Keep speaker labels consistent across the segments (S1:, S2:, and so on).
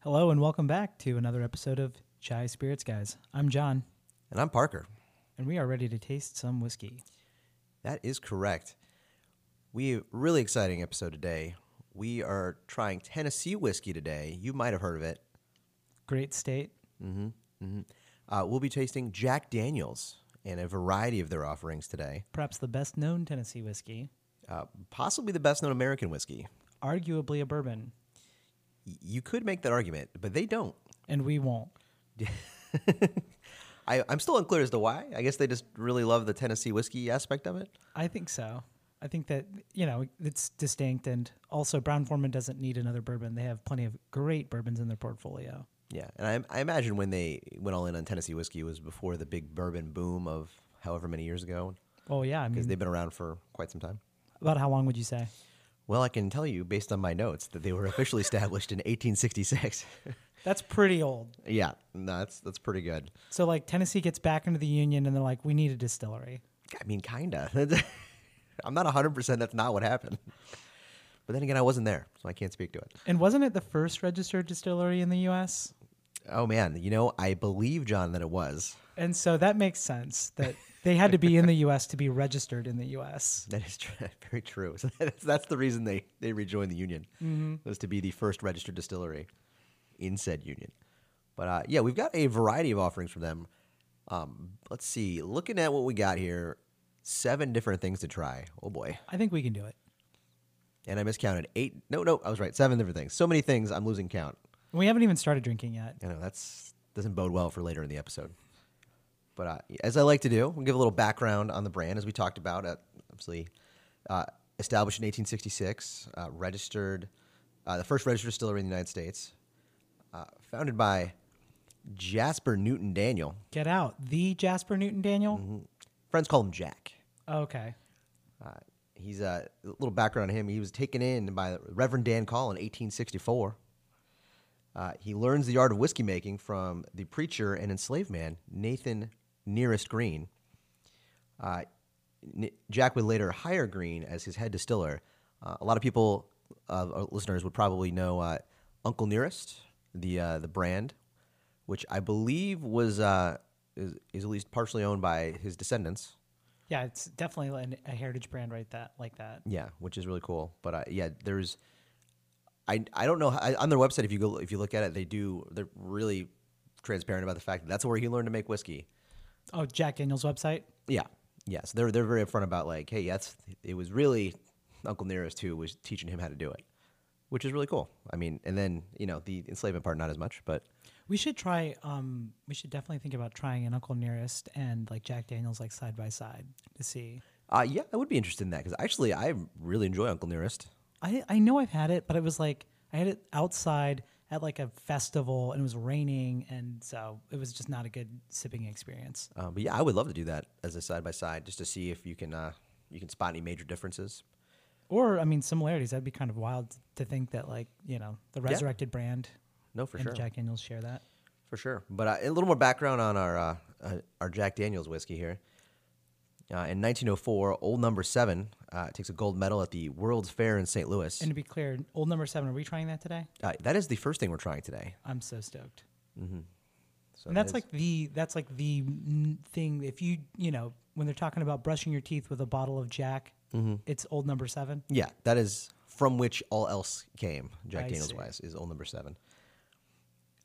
S1: Hello and welcome back to another episode of Chai Spirits Guys. I'm John,
S2: And I'm Parker.
S1: and we are ready to taste some whiskey.
S2: That is correct. We really exciting episode today. We are trying Tennessee whiskey today. You might have heard of it.
S1: Great state.
S2: Uh, we'll be tasting Jack Daniels and a variety of their offerings today.
S1: Perhaps the best known Tennessee whiskey,
S2: Uh, possibly the best known American whiskey.
S1: arguably a bourbon,
S2: Y- you could make that argument, but they don't.
S1: and we won't.
S2: I, I'm still unclear as to why. I guess they just really love the Tennessee whiskey aspect of it.
S1: I think so. I think that, you know, it's distinct. And also, Brown Forman doesn't need another bourbon. They have plenty of great bourbons in their portfolio.
S2: Yeah, and I, I imagine when they went all in on Tennessee whiskey it was before the big bourbon boom of however many years ago,
S1: Oh, yeah. I
S2: because
S1: mean,
S2: they've been around for quite some time.
S1: about how long would you say?
S2: Well, I can tell you based on my notes that they were officially established in 1866.
S1: That's pretty old.
S2: yeah, no, that's that's pretty good.
S1: So, like, Tennessee gets back into the Union, and they're like, we need a distillery.
S2: I mean, kinda. I'm not 100% that's not what happened. But then again, I wasn't there, so I can't speak to it.
S1: And wasn't it the first registered distillery in the U.S.?
S2: Oh man, you know, I believe John that it was.
S1: And so that makes sense that they had to be in the US to be registered in the US.
S2: That is tr- very true. So that's, that's the reason they, they rejoined the union was to be the first registered distillery in said union. But uh, yeah, we've got a variety of offerings from them. Um, let's see. Looking at what we got here, seven different things to try. Oh boy,
S1: I think we can do it.
S2: and I miscounted eight. No, no, I was right. Seven different things. So many things. I'm losing count.
S1: We haven't even started drinking yet.
S2: I know that's doesn't bode well for later in the episode. But uh, as I like to do, we'll give a little background on the brand, as we talked about. Uh, obviously, uh, established in 1866, uh, registered, uh, the first registered distillery in the United States, uh, founded by Jasper Newton Daniel.
S1: Get out. The Jasper Newton Daniel?
S2: Friends call him Jack.
S1: Okay.
S2: Uh, he's uh, a little background on him. He was taken in by Reverend Dan Call in 1864. Uh, he learns the art of whiskey making from the preacher and enslaved man Nathan Nearest Green. Uh, N- Jack would later hire Green as his head distiller. Uh, a lot of people, uh, our listeners, would probably know uh, Uncle Nearest, the uh, the brand, which I believe was uh, is, is at least partially owned by his descendants.
S1: Yeah, it's definitely an, a heritage brand right that like that.
S2: Yeah, which is really cool. But uh, yeah, there's, I I don't know I, on their website if you go if you look at it they do they're really transparent about the fact that that's where he learned to make whiskey.
S1: Oh, Jack Daniel's website.
S2: Yeah, yeah. So they're they're very upfront about like hey that's it was really Uncle Nearest who was teaching him how to do it, which is really cool. I mean, and then you know the enslavement part not as much, but
S1: We should try um we should definitely think about trying an Uncle Nearest and like Jack Daniel's like side by side to see.
S2: uh, yeah, I would be interested in that because actually I really enjoy Uncle Nearest.
S1: I, I know I've had it, but it was like I had it outside at like a festival and it was raining and so it was just not a good sipping experience.
S2: Uh, but yeah, I would love to do that as a side by side just to see if you can uh, you can spot any major differences.
S1: Or I mean similarities. That'd be kind of wild to think that like you know the resurrected brand
S2: No, for
S1: and
S2: sure.
S1: Jack Daniels share that.
S2: For sure. But uh, a little more background on our uh, uh, our Jack Daniels whiskey here. Uh, in 1904, Old Number Seven uh, takes a gold medal at the World's Fair in St. Louis.
S1: And to be clear, old number seven. Are we trying that today?
S2: uh, that is the first thing we're trying today.
S1: I'm so stoked.
S2: So
S1: and
S2: that
S1: that's
S2: is-
S1: like the that's like the n- thing. If you you know when they're talking about brushing your teeth with a bottle of Jack,
S2: Mm-hmm.
S1: it's old number seven.
S2: yeah, that is from which all else came. Jack
S1: I
S2: Daniels
S1: see.
S2: wise is Old Number Seven.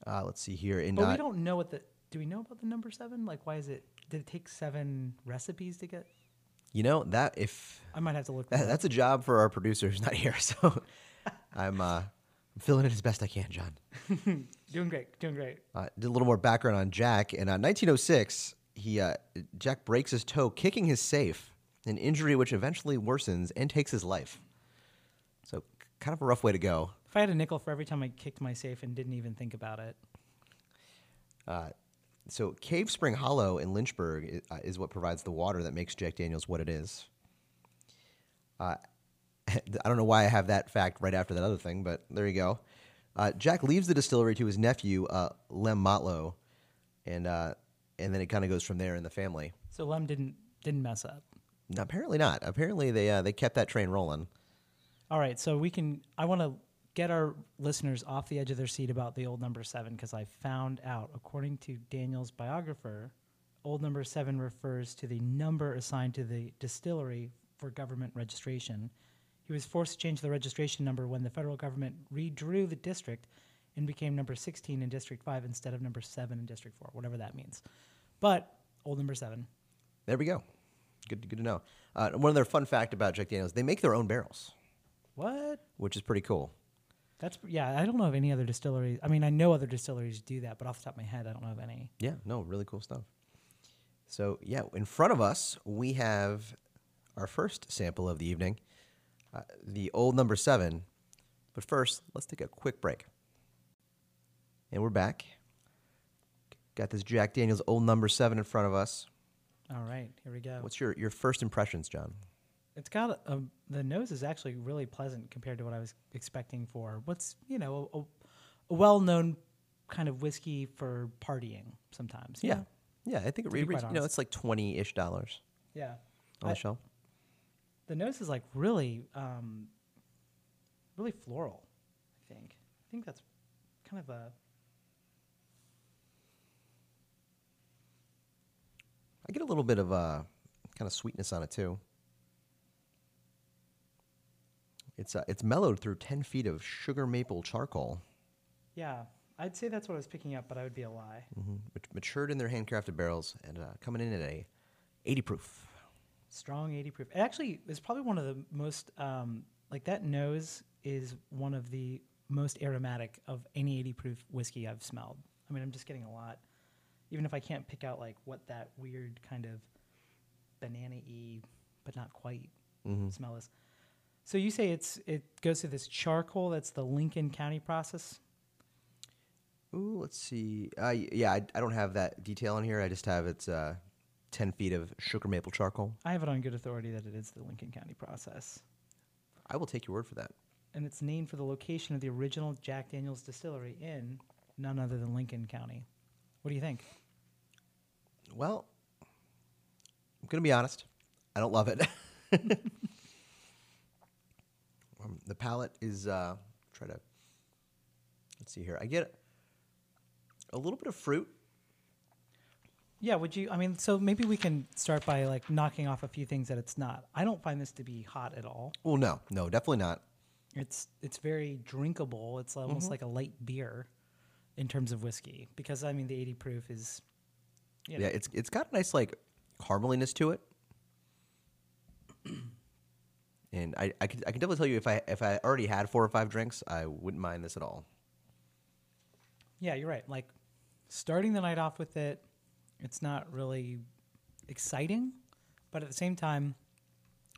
S2: Uh, let's see here. In
S1: But
S2: uh,
S1: we don't know what the do we know about the number seven? Like why is it? Did it take seven recipes to get?
S2: you know that if
S1: I might have to look. That,
S2: that,
S1: up.
S2: that's a job for our producer who's not here, so I'm uh, I'm filling it as best I can, John.
S1: Doing great, doing great.
S2: Uh, did a little more background on Jack. In uh, 1906, he uh, Jack breaks his toe kicking his safe, an injury which eventually worsens and takes his life. So, k- kind of a rough way to go.
S1: If I had a nickel for every time I kicked my safe and didn't even think about it,
S2: So, Cave Spring Hollow in Lynchburg i- uh, is what provides the water that makes Jack Daniels what it is. Uh, I don't know why I have that fact right after that other thing, but there you go. Uh, Jack leaves the distillery to his nephew uh, Lem Motlow, and uh, and then it kind of goes from there in the family.
S1: so Lem didn't didn't mess up.
S2: No, apparently not. Apparently they uh, they kept that train rolling.
S1: All right, so we can. I want to get our listeners off the edge of their seat about the old number seven because I found out, according to Daniel's biographer, old number seven refers to the number assigned to the distillery for government registration. He was forced to change the registration number when the federal government redrew the district and became number 16 in District 5 instead of number 7 in District 4, whatever that means. But old number 7.
S2: There we go. Good, good to know. Uh, one other fun fact about Jack Daniels: they make their own barrels,
S1: What?
S2: which is pretty cool.
S1: That's yeah. I don't know of any other distilleries. I mean, I know other distilleries do that, but off the top of my head, I don't know of any.
S2: Yeah, no, really cool stuff. So, yeah, in front of us, we have our first sample of the evening, uh, the old number seven. But first, let's take a quick break. And we're back. Got this Jack Daniels old number seven in front of us.
S1: All right, here we go.
S2: What's your, your first impressions, John?
S1: It's got a, a- the nose is actually really pleasant compared to what I was expecting for what's you know a, a well-known kind of whiskey for partying sometimes. you know?
S2: Yeah, I think it
S1: be
S2: re-
S1: quite
S2: reached, you know,
S1: honest.
S2: it's like 20 ish dollars
S1: yeah.
S2: on
S1: I-
S2: the shelf.
S1: the nose is like really, um, really floral. I think. I think that's kind of a
S2: I get a little bit of uh, kind of sweetness on it too. It's uh, it's mellowed through ten feet of sugar maple charcoal,
S1: yeah. I'd say that's what I was picking up, but I would be a lie.
S2: which mm-hmm, matured in their handcrafted barrels and uh, coming in at a eighty proof.
S1: strong 80 proof. It actually is probably one of the most, um, like that nose is one of the most aromatic of any 80 proof whiskey I've smelled. I mean, I'm just getting a lot, even if I can't pick out like what that weird kind of banana y, but not quite
S2: Hmm.
S1: smell is. So you say it's it goes through this charcoal. That's the Lincoln County process.
S2: Ooh, let's see. Uh, y- yeah, I, I don't have that detail on here. I just have it's uh, ten feet of sugar maple charcoal.
S1: I have it on good authority that it is the Lincoln County process.
S2: I will take your word for that.
S1: and it's named for the location of the original Jack Daniels distillery in none other than Lincoln County. What do you think?
S2: Well, I'm gonna be honest. I don't love it. um, the palette is uh, try to let's see here. I get a little bit of fruit.
S1: Yeah, would you? I mean, so maybe we can start by like knocking off a few things that it's not. I don't find this to be hot at all.
S2: Well, no, no, definitely not.
S1: It's it's very drinkable. It's almost like a light beer in terms of whiskey because I mean the 80 proof is you know,
S2: Yeah, it's it's got a nice like carameliness to it. And I, I could I can definitely tell you if I if I already had four or five drinks, I wouldn't mind this at all.
S1: Yeah, you're right. Like starting the night off with it, it's not really exciting, but at the same time,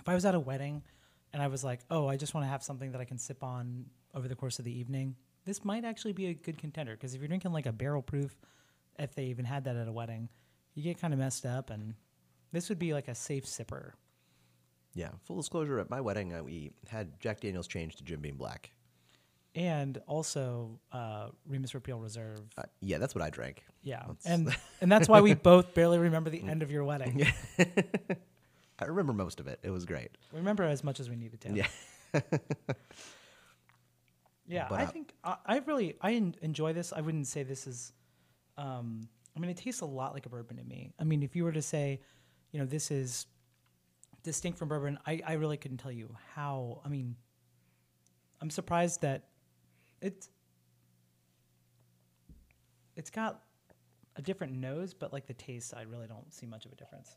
S1: if I was at a wedding and I was like, "Oh, I just want to have something that I can sip on over the course of the evening," this might actually be a good contender because if you're drinking like a barrel proof, if they even had that at a wedding, you get kind of messed up, and this would be like a safe sipper.
S2: Yeah, full disclosure, at my wedding, uh, we had Jack Daniels changed to Jim Beam Black.
S1: And also, uh, Remus Repeal Reserve.
S2: Uh, yeah, that's what I drank.
S1: Yeah,
S2: that's-
S1: and and that's why we both barely remember the end of your wedding.
S2: I remember most of it. It was great.
S1: We remember as much as we needed to.
S2: Yeah.
S1: Yeah,
S2: But,
S1: I
S2: uh,
S1: think I, I really I en- enjoy this. I wouldn't say this is. Um, I mean, it tastes a lot like a bourbon to me. I mean, if you were to say, you know, this is distinct from bourbon, I, I really couldn't tell you how. I mean, I'm surprised that it's it's got a different nose, but like the taste, I really don't see much of a difference.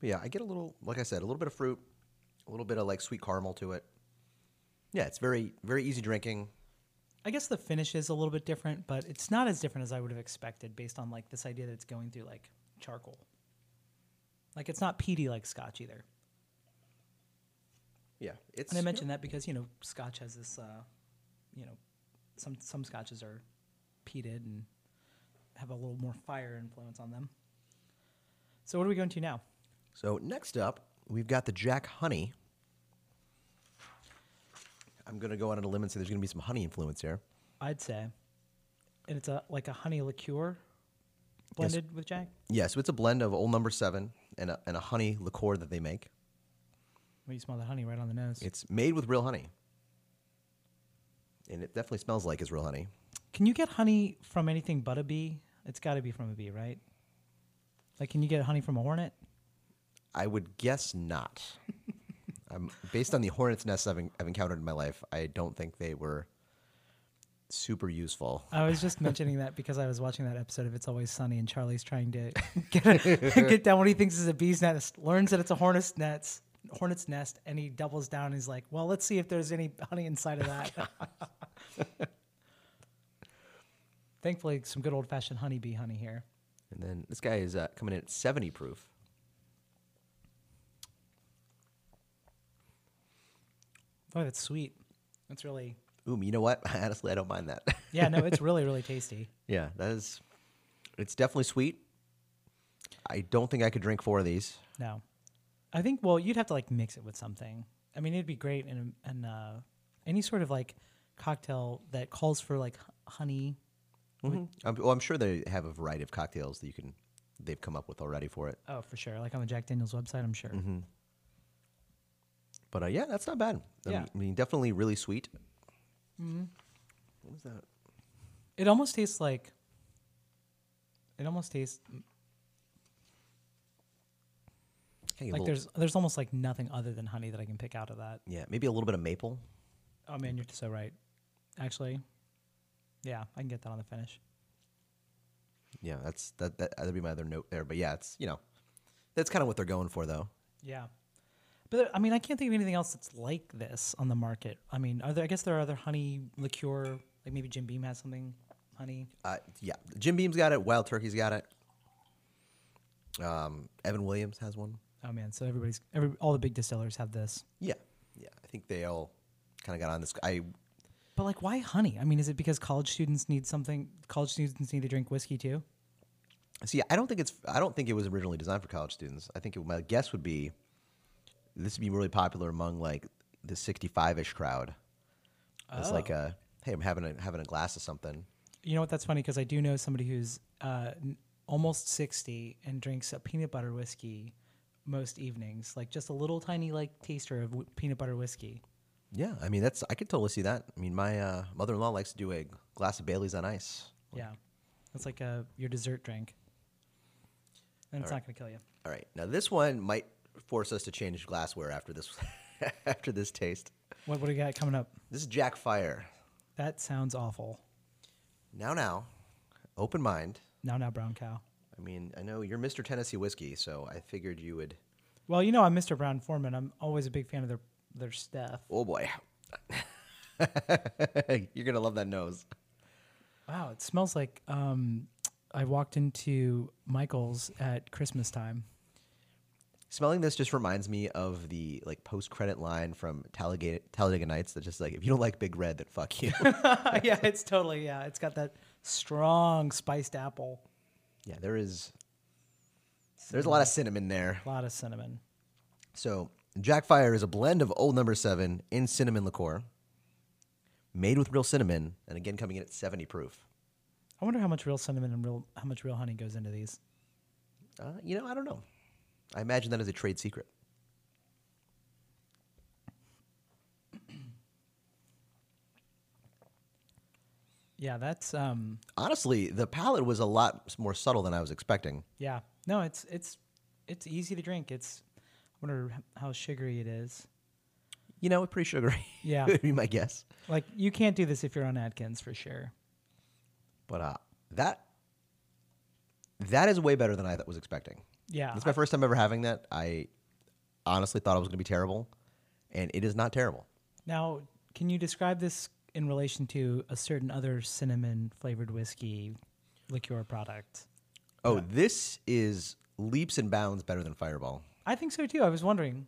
S2: But yeah, I get a little, like I said, a little bit of fruit, a little bit of like sweet caramel to it. Yeah, it's very, very easy drinking.
S1: I guess the finish is a little bit different, but it's not as different as I would have expected based on like this idea that it's going through like charcoal. Like it's not peaty like Scotch either.
S2: Yeah, it's.
S1: And I mention that because you know Scotch has this, uh, you know, some some Scotches are peated and have a little more fire influence on them. So what are we going to now?
S2: So next up, we've got the Jack Honey. I'm gonna go out on a limb and say there's gonna be some honey influence here.
S1: I'd say, and it's a like a honey liqueur blended with Jack.
S2: Yeah, so it's a blend of Old Number Seven and a, and a honey liqueur that they make.
S1: Well, you smell the honey right on the nose.
S2: It's made with real honey. and it definitely smells like Israel honey.
S1: Can you get honey from anything but a bee? It's got to be from a bee, right? Like, can you get honey from a hornet?
S2: I would guess not. um, based on the hornet's nests I've, en- I've encountered in my life, I don't think they were super useful.
S1: I was just mentioning that because I was watching that episode of It's Always Sunny, and Charlie's trying to get a, get down what he thinks is a bee's nest, learns that it's a hornet's nest, hornet's nest, and he doubles down. And he's like, "Well, let's see if there's any honey inside of that." Thankfully, some good old fashioned honeybee honey here.
S2: And then this guy is uh, coming in at 70 proof.
S1: Oh, that's sweet. That's really
S2: Ooh, you know what? Honestly, I don't mind that.
S1: yeah. No, it's really really tasty.
S2: yeah, that is. It's definitely sweet. I don't think I could drink four of these.
S1: No, I think well, you'd have to like mix it with something. I mean, it'd be great in a- in uh, any sort of like cocktail that calls for like h- honey. Mm-hmm.
S2: I'm, well, I'm sure they have a variety of cocktails that you can. They've come up with already for it. Mm-hmm.
S1: Oh, for sure. Mm-hmm. Like on the Jack Daniel's website, I'm sure.
S2: But uh, yeah, that's not bad. I,
S1: Yeah.
S2: mean, I mean, definitely really sweet. What was that?
S1: It almost tastes like. It almost tastes
S2: Hey,
S1: like
S2: a little-
S1: there's there's almost like nothing other than honey that I can pick out of that.
S2: yeah, maybe a little bit of maple.
S1: Oh man, you're so right. Actually, yeah, I can get that on the finish.
S2: Yeah, that's that, that that'd be my other note there. But yeah, it's you know, that's kind of what they're going for though.
S1: Yeah. But there- I mean, I can't think of anything else that's like this on the market. I mean, are there? I guess there are other honey liqueur, like maybe Jim Beam has something honey.
S2: Uh, yeah, Jim Beam's got it. Wild Turkey's got it. Um, Evan Williams has one.
S1: Oh man, so everybody's every all the big distillers have this.
S2: Yeah, yeah. I think they all kind of got on this. I
S1: But like, why honey? I mean, is it because college students need something? College students need to drink whiskey too.
S2: see. I don't think it's. I don't think it was originally designed for college students. I think it, my guess would be this would be really popular among like the 65ish crowd. It's
S1: Oh.
S2: like a hey, I'm having a having a glass of something.
S1: You know what? That's funny because I do know somebody who's uh, n- almost sixty and drinks a peanut butter whiskey most evenings, like just a little tiny like taster of w- peanut butter whiskey.
S2: Yeah, I mean that's I could totally see that. I mean my uh, mother-in-law likes to do a glass of Bailey's on ice.
S1: Yeah, that's like a your dessert drink, and it's not gonna kill you.
S2: All right, now this one might force us to change glassware after this after this taste.
S1: What what do we got coming up?
S2: This is Jack Fire.
S1: That sounds awful.
S2: Now, now, open mind.
S1: Now now brown cow.
S2: I mean, I know you're Mr. Tennessee whiskey, so I figured you would.
S1: Well, you know I'm Mr. Brown Foreman. I'm always a big fan of their their stuff.
S2: Oh boy, you're gonna love that nose.
S1: Wow, it smells like um, I walked into Michael's at Christmas time.
S2: Smelling this just reminds me of the like post-credit line from Talladega, Talladega Nights. That just like, if you don't like Big Red, then fuck you.
S1: yeah, it's totally yeah. It's got that strong spiced apple,
S2: yeah, there is. There's a lot of cinnamon there.
S1: a lot of cinnamon.
S2: So, Jack Fire is a blend of Old Number Seven in cinnamon liqueur, made with real cinnamon, and again coming in at 70 proof.
S1: I wonder how much real cinnamon and real how much real honey goes into these.
S2: Uh, you know, I don't know. I imagine that is a trade secret.
S1: Yeah, that's um,
S2: Honestly, the palate was a lot s- more subtle than I was expecting.
S1: yeah. No, it's it's it's easy to drink. It's I wonder h- how sugary it is.
S2: You know, pretty sugary.
S1: Yeah.
S2: would be my guess.
S1: Like you can't do this if you're on Atkins for sure.
S2: But uh, that that is way better than I th- was expecting.
S1: Yeah,
S2: It's my first time ever having that. I honestly thought it was going to be terrible, and it is not terrible.
S1: Now, can you describe this in relation to a certain other cinnamon flavored whiskey liqueur product?
S2: Oh, this is leaps and bounds better than Fireball
S1: I think so too. I was wondering.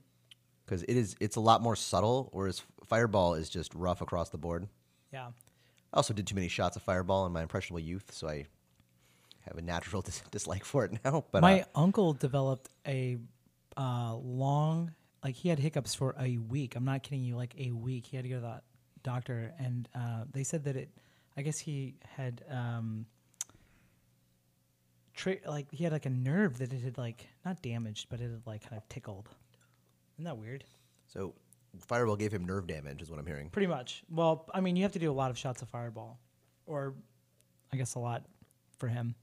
S2: because it is. It's a lot more subtle, whereas Fireball is just rough across the board.
S1: Yeah.
S2: I also did too many shots of Fireball in my impressionable youth, so I have a natural dis- dislike for it now. But
S1: My
S2: uh,
S1: uncle developed a uh, long, like he had hiccups for a week. I'm not kidding you, like a week. He had to go to the doctor, and uh, they said that it, I guess he had, um, tri- like, he had like a nerve that it had, like, not damaged, but it had, like, kind of tickled. Isn't that weird?
S2: so Fireball gave him nerve damage, is what I'm hearing.
S1: Pretty much. Well, I mean, you have to do a lot of shots of fireball, or I guess a lot for him,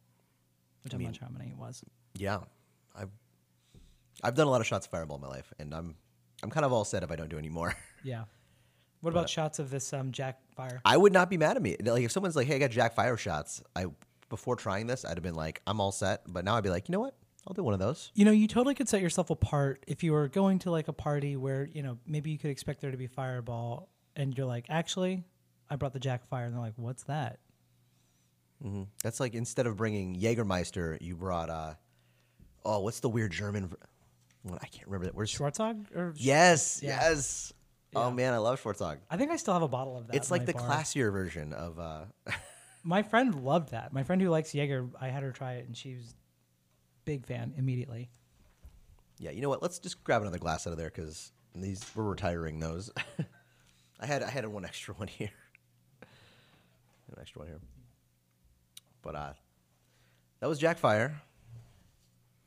S1: which I am not sure how many it was.
S2: Yeah, I've I've done a lot of shots of Fireball in my life, and I'm I'm kind of all set if I don't do any more.
S1: Yeah. What about shots of this um, Jack Fire?
S2: I would not be mad at me. Like if someone's like, "Hey, I got Jack Fire shots," I before trying this, I'd have been like, "I'm all set," but now I'd be like, "You know what? I'll do one of those."
S1: You know, you totally could set yourself apart if you were going to like a party where, you know, maybe you could expect there to be fireball and you're like, actually, I brought the Jack Fire. And they're like, what's that?
S2: That's like instead of bringing Jägermeister, you brought uh, oh, what's the weird German? ver- one? I can't remember that. Where's
S1: Schwarzog? Or Sch-
S2: Yes,
S1: Yeah.
S2: yes. Oh man, I love Schwarzog.
S1: I think I still have a bottle of that.
S2: It's
S1: in
S2: like
S1: my
S2: the
S1: bar.
S2: classier version of uh,
S1: My friend loved that. My friend who likes Jaeger, I had her try it and she was big fan immediately.
S2: Yeah, you know what? Let's just grab another glass out of there because these we're retiring those. I had I had one extra one here, an extra one here. But uh, that was Jack Fire.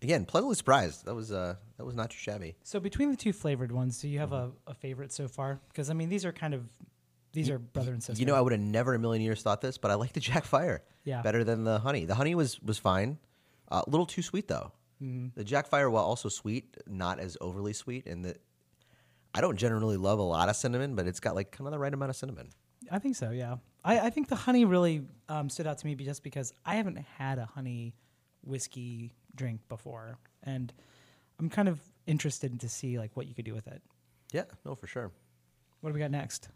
S2: Again, pleasantly surprised. That was uh, that was not too shabby.
S1: So between the two flavored ones, do you have a, a favorite so far? Because I mean, these are kind of these are brother and sister.
S2: Mm-hmm. You know, I would have never in a million years thought this, but I like the Jack Fire
S1: Yeah.
S2: better than the honey. The honey was was fine, Uh, a little too sweet though. The Jack Fire, while also sweet, not as overly sweet, and the I don't generally love a lot of cinnamon, but it's got like kind of the right amount of cinnamon.
S1: I think so. Yeah, I, I think the honey really um, stood out to me be- just because I haven't had a honey whiskey drink before, and I'm kind of interested to see like what you could do with it.
S2: Yeah, no, for sure.
S1: What do we got next?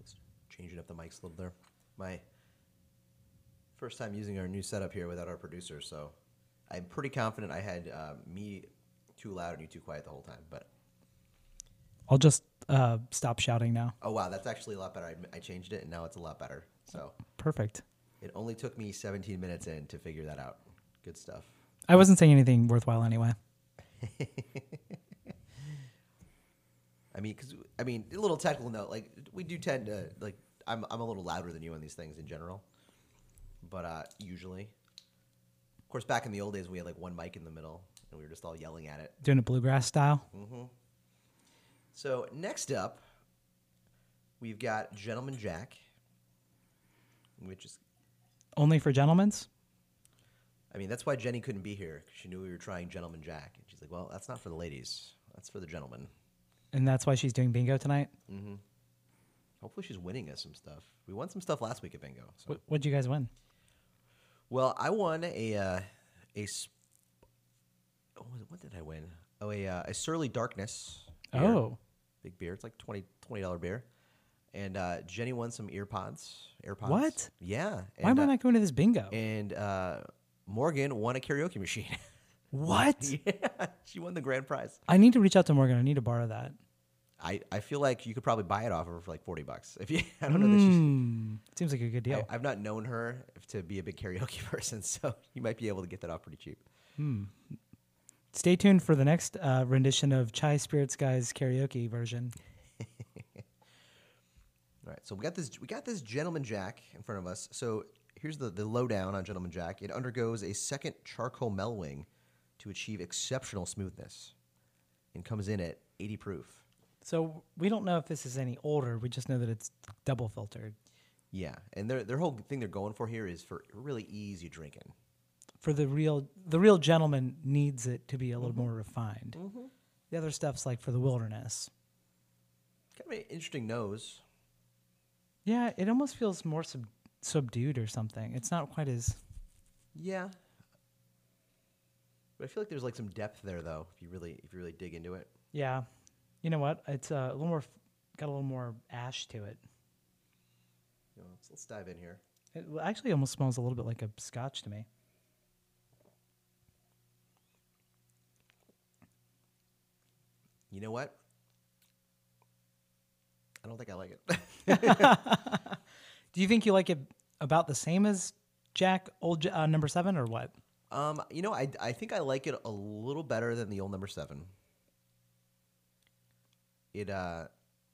S2: Just changing up the mics a little there. My first time using our new setup here without our producer, so I'm pretty confident I had uh, me too loud and you too quiet the whole time. But
S1: I'll just uh, stop shouting now.
S2: oh wow, that's actually a lot better. I, I changed it and now it's a lot better. So
S1: Perfect.
S2: it only took me 17 minutes in to figure that out. Good stuff.
S1: I wasn't saying anything worthwhile anyway.
S2: I mean, cause, I mean, a little technical note. Like we do tend to like I'm I'm a little louder than you on these things in general, but uh, usually, of course, back in the old days we had like one mic in the middle and we were just all yelling at it.
S1: Doing it bluegrass style.
S2: So next up, we've got Gentleman Jack, which is
S1: Only for gentlemen's?
S2: I mean that's why Jenny couldn't be here. 'cause she knew we were trying Gentleman Jack, and she's like, well, that's not for the ladies, that's for the gentlemen.
S1: And that's why she's doing bingo tonight?
S2: Hopefully, she's winning us some stuff. We won some stuff last week at Bingo. So.
S1: What, what'd you guys win?
S2: Well, I won a uh, a sp- oh, what- what did I win? Oh, a uh, a Surly Darkness. beer.
S1: Oh.
S2: big beer. It's like 20 dollar beer. And uh, Jenny won some ear pods. AirPods.
S1: What?
S2: Yeah.
S1: Why am
S2: and,
S1: I
S2: uh,
S1: not going to this bingo?
S2: And uh, Morgan won a karaoke machine.
S1: What?
S2: yeah, she won the grand prize.
S1: I need to reach out to Morgan. I need to borrow that.
S2: I, I feel like you could probably buy it off of her for like forty bucks. If you, I don't know that she's
S1: Hmm. Seems like a good deal.
S2: I, I've not known her to be a big karaoke person, so you might be able to get that off pretty cheap.
S1: Stay tuned for the next uh, rendition of Chai Spirits Guys karaoke version.
S2: All right, so we got this we got this gentleman jack in front of us. So here's the the lowdown on gentleman jack. It undergoes a second charcoal mellowing to achieve exceptional smoothness, and comes in at 80 proof.
S1: So we don't know if this is any older. We just know that it's double filtered.
S2: Yeah, and their their whole thing they're going for here is for really easy drinking.
S1: For the real, the real gentleman needs it to be a little more refined. The other stuff's like for the wilderness.
S2: Kind of an interesting nose.
S1: Yeah, it almost feels more sub- subdued or something. It's not quite as
S2: Yeah. But I feel like there's like some depth there though, if you really if you really dig into it.
S1: Yeah, you know what? It's uh, a little more f- got a little more ash to it.
S2: You know, so let's dive in here.
S1: It l- actually almost smells a little bit like a scotch to me.
S2: You know what? I don't think I like it.
S1: Do you think you like it about the same as Jack Old J- uh, Number Seven or what?
S2: um, you know, I, I think I like it a little better than the old number seven. It uh,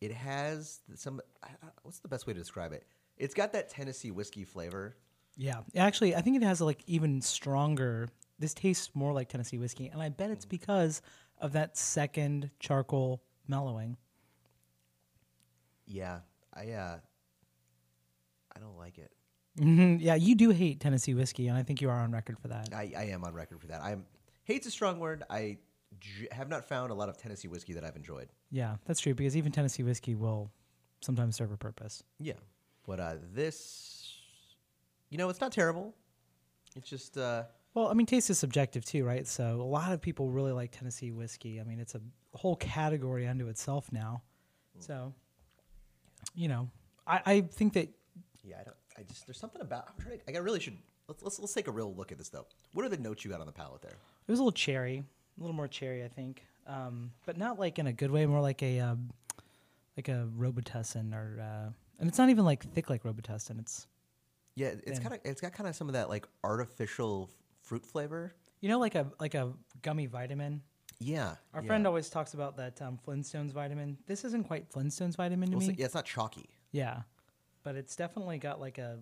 S2: it has some. I- I- What's the best way to describe it? It's got that Tennessee whiskey flavor.
S1: Yeah, actually, I think it has a, like even stronger this tastes more like Tennessee whiskey, and I bet it's because of that second charcoal mellowing.
S2: Yeah, I uh, I don't like it.
S1: hmm Yeah, you do hate Tennessee whiskey, and I think you are on record for that.
S2: I, I am on record for that. I'm hate's a strong word. I j- have not found a lot of Tennessee whiskey that I've enjoyed.
S1: Yeah, that's true because even Tennessee whiskey will sometimes serve a purpose.
S2: Yeah, but uh, this, you know, it's not terrible. It's just uh,
S1: Well, I mean, taste is subjective too, right? So a lot of people really like Tennessee whiskey. I mean, it's a whole category unto itself now.
S2: Hmm.
S1: So, you know, I, I think that
S2: yeah, I don't. I just there's something about. I'm trying. To, I really should. Let's, let's let's take a real look at this though. What are the notes you got on the palate there?
S1: It was a little cherry, a little more cherry, I think, um, but not like in a good way. More like a um, like a Robitussin, or uh, and it's not even like thick like Robitussin. It's
S2: Yeah, it's kind of it's got kind of some of that like artificial f- fruit flavor.
S1: you know like a like a gummy vitamin.
S2: Yeah,
S1: Our
S2: yeah.
S1: friend always talks about that um, Flintstones vitamin. This isn't quite Flintstones vitamin to
S2: Well,
S1: me.
S2: it's- yeah, it's not chalky.
S1: Yeah, but it's definitely got like a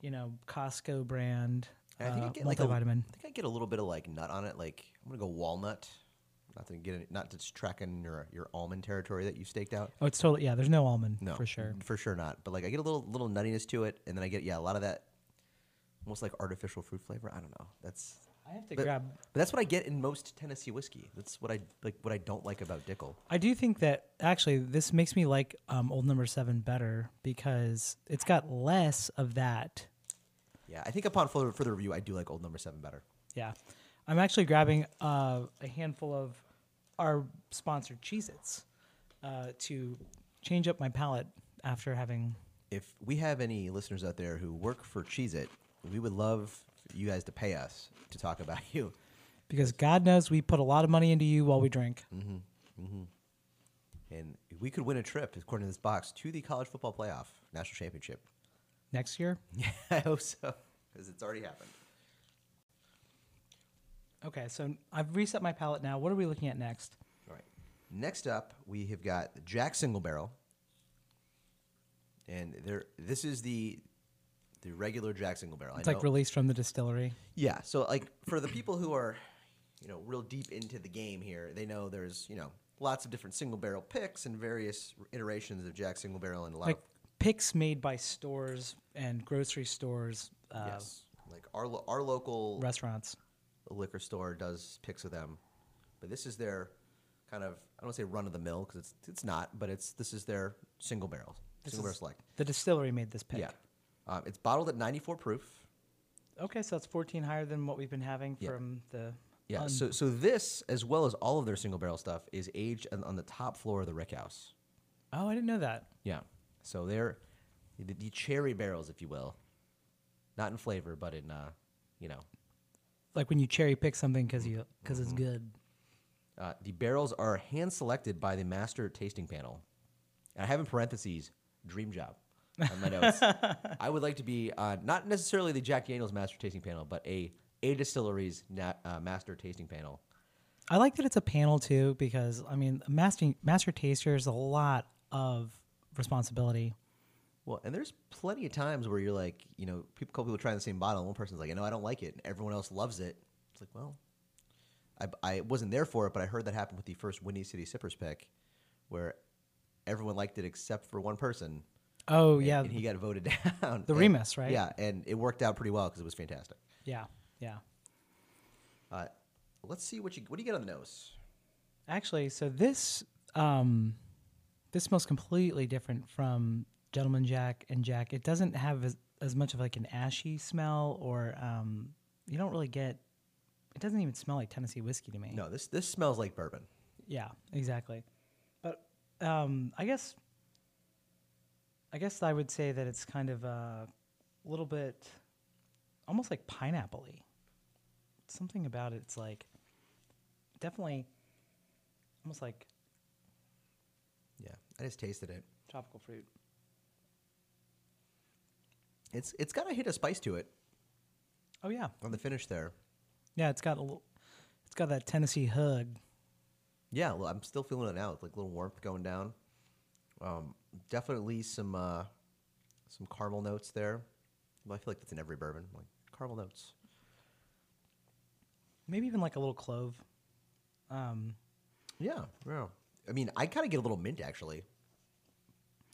S1: you know Costco brand
S2: And I think
S1: uh,
S2: I get like a,
S1: multivitamin.
S2: I think I get a little bit of like nut on it. Like I'm gonna go walnut. Not to get it, not to track in your your almond territory that you staked out.
S1: oh, it's totally yeah. There's no almond
S2: No,
S1: for sure.
S2: for sure not. But like I get a little little nuttiness to it, and then I get yeah a lot of that almost like artificial fruit flavor. I don't know. That's
S1: I have to
S2: Mm-hmm. but,
S1: grab
S2: but that's what I get in most Tennessee whiskey. That's what I like. What I don't like about Dickel.
S1: I do think that actually this makes me like um, old number seven better because it's got less of that.
S2: Yeah, I think upon further, further review, I do like Old Number Seven better.
S1: Yeah. I'm actually grabbing uh, a handful of our sponsored Cheez Its uh, to change up my palate after having.
S2: if we have any listeners out there who work for Cheez It, we would love you guys to pay us to talk about you.
S1: Because God knows we put a lot of money into you while we drink.
S2: Mm. And we could win a trip, according to this box, to the college football playoff national championship.
S1: Next year?
S2: Yeah, I hope so, because it's already happened.
S1: Okay, so I've reset my palate now. What are we looking at next?
S2: All right. Next up, we have got Jack Single Barrel, and there. This is the the regular Jack Single Barrel. I
S1: It's like
S2: know-
S1: released from the distillery.
S2: Yeah. So like for the people who are, you know, real deep into the game here, they know there's you know lots of different single barrel picks and various iterations of Jack single barrel and a lot
S1: Like
S2: of
S1: picks made by stores and grocery stores, uh,
S2: yes, like our lo- our local
S1: restaurants.
S2: liquor store does picks of them, but this is their kind of I don't want to say run of the mill because it's it's not, but it's this is their single barrel single barrel select.
S1: The distillery made this pick.
S2: Yeah. Um, it's bottled at 94 proof.
S1: Okay, so that's 14 higher than what we've been having
S2: Yeah.
S1: from the.
S2: Yeah.
S1: un-
S2: so so this, as well as all of their single barrel stuff, is aged on, on the top floor of the rick house.
S1: oh, I didn't know that.
S2: Yeah. So they're the, the cherry barrels, if you will, not in flavor, but in uh, you know,
S1: Like when you cherry pick something because you because
S2: Mm-hmm.
S1: it's good.
S2: uh, the barrels are hand selected by the master tasting panel. And I have in parentheses dream job on my notes. I would like to be on not necessarily the Jack Daniel's master tasting panel, but a a distillery's na- uh, master tasting panel.
S1: I like that it's a panel too because I mean, mastering master taster is a lot of responsibility.
S2: Well, and there's plenty of times where you're like, you know, people, couple people trying the same bottle, and one person's like, "No, I don't like it," and everyone else loves it. It's like, well, I, I wasn't there for it, but I heard that happened with the first Windy City Sippers pick, where everyone liked it except for one person.
S1: Oh
S2: and-
S1: yeah,
S2: and he got voted down.
S1: The
S2: And-
S1: Remus, right?
S2: Yeah, and it worked out pretty well because it was fantastic.
S1: yeah, yeah.
S2: Uh, let's see what you what do you get on the nose.
S1: Actually, so this um, this smells completely different from Gentleman Jack and Jack. It doesn't have as, as much of like an ashy smell, or um, you don't really get. It doesn't even smell like Tennessee whiskey to me.
S2: No, this this smells like bourbon.
S1: Yeah, exactly. But um, I guess I guess I would say that it's kind of a little bit almost like pineapple-y. Something about it's like definitely almost like
S2: Yeah, I just tasted it.
S1: tropical fruit.
S2: It's it's got a hit of spice to it
S1: Oh yeah,
S2: on the finish there.
S1: yeah. It's got a little. It's got that Tennessee hug.
S2: Yeah, well, I'm still feeling it now. It's like a little warmth going down. Um, definitely some uh, some caramel notes there. Well, I feel like that's in every bourbon, like caramel notes.
S1: maybe even like a little clove. Um,
S2: Yeah, yeah. I mean, I kind of get a little mint actually,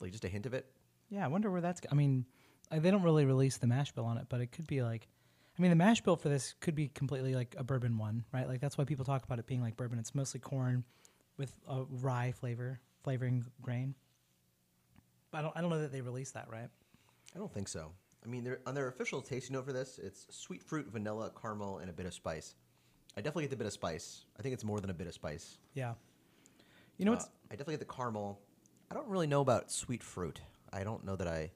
S2: like just a hint of it.
S1: yeah, I wonder where that's. go- I mean, uh, they don't really release the mash bill on it, but it could be like, I mean, the mash bill for this could be completely like a bourbon one, right? Like that's why people talk about it being like bourbon. It's mostly corn with a rye flavor, flavoring grain. But I don't, I don't know that they release that, right?
S2: I don't think so. I mean, they're, on their official tasting note for this, it's sweet fruit, vanilla, caramel, and a bit of spice. I definitely get the bit of spice. I think it's more than a bit of spice.
S1: Yeah. You know
S2: Uh,
S1: what's
S2: I definitely get the caramel. I don't really know about sweet fruit. I don't know that I.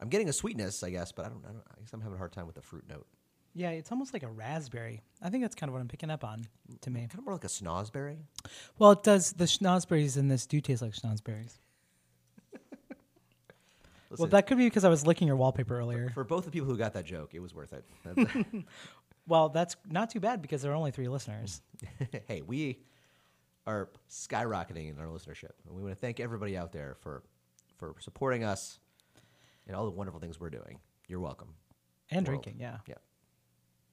S2: I'm getting a sweetness, I guess, but I don't. I, don't, I guess I'm having a hard time with the fruit note.
S1: Yeah, it's almost like a raspberry. I think that's kind of what I'm picking up on to me.
S2: Kind of more like a snosberry.
S1: Well, it does. The schnozberries in this do taste like schnozberries. Well,
S2: Listen,
S1: that could be because I was licking your wallpaper earlier.
S2: for both the people who got that joke, it was worth it. That's-
S1: Well, that's not too bad because there are only three listeners.
S2: hey, we are skyrocketing in our listenership, and we want to thank everybody out there for for supporting us and all the wonderful things we're doing. You're welcome.
S1: And
S2: world.
S1: drinking, yeah.
S2: Yeah,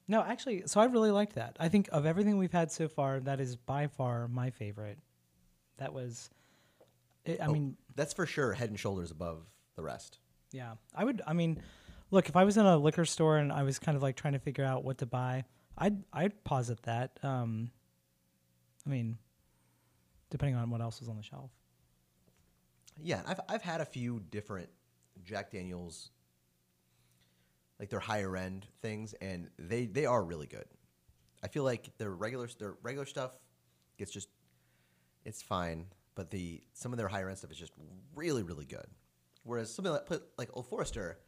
S1: No, actually, so I really liked that. I think of everything we've had so far, that is by far my favorite. That was, it, I
S2: Oh,
S1: mean,
S2: that's for sure, head and shoulders above the rest.
S1: Yeah, I would. I mean, look, if I was in a liquor store and I was kind of like trying to figure out what to buy, I'd I'd posit that. Um, I mean, depending on what else was on the shelf.
S2: Yeah, and I've I've had a few different Jack Daniels, like their higher end things, and they they are really good. I feel like their regular their regular stuff gets just it's fine, but the some of their higher end stuff is just really really good. Whereas something like put like Old Forester,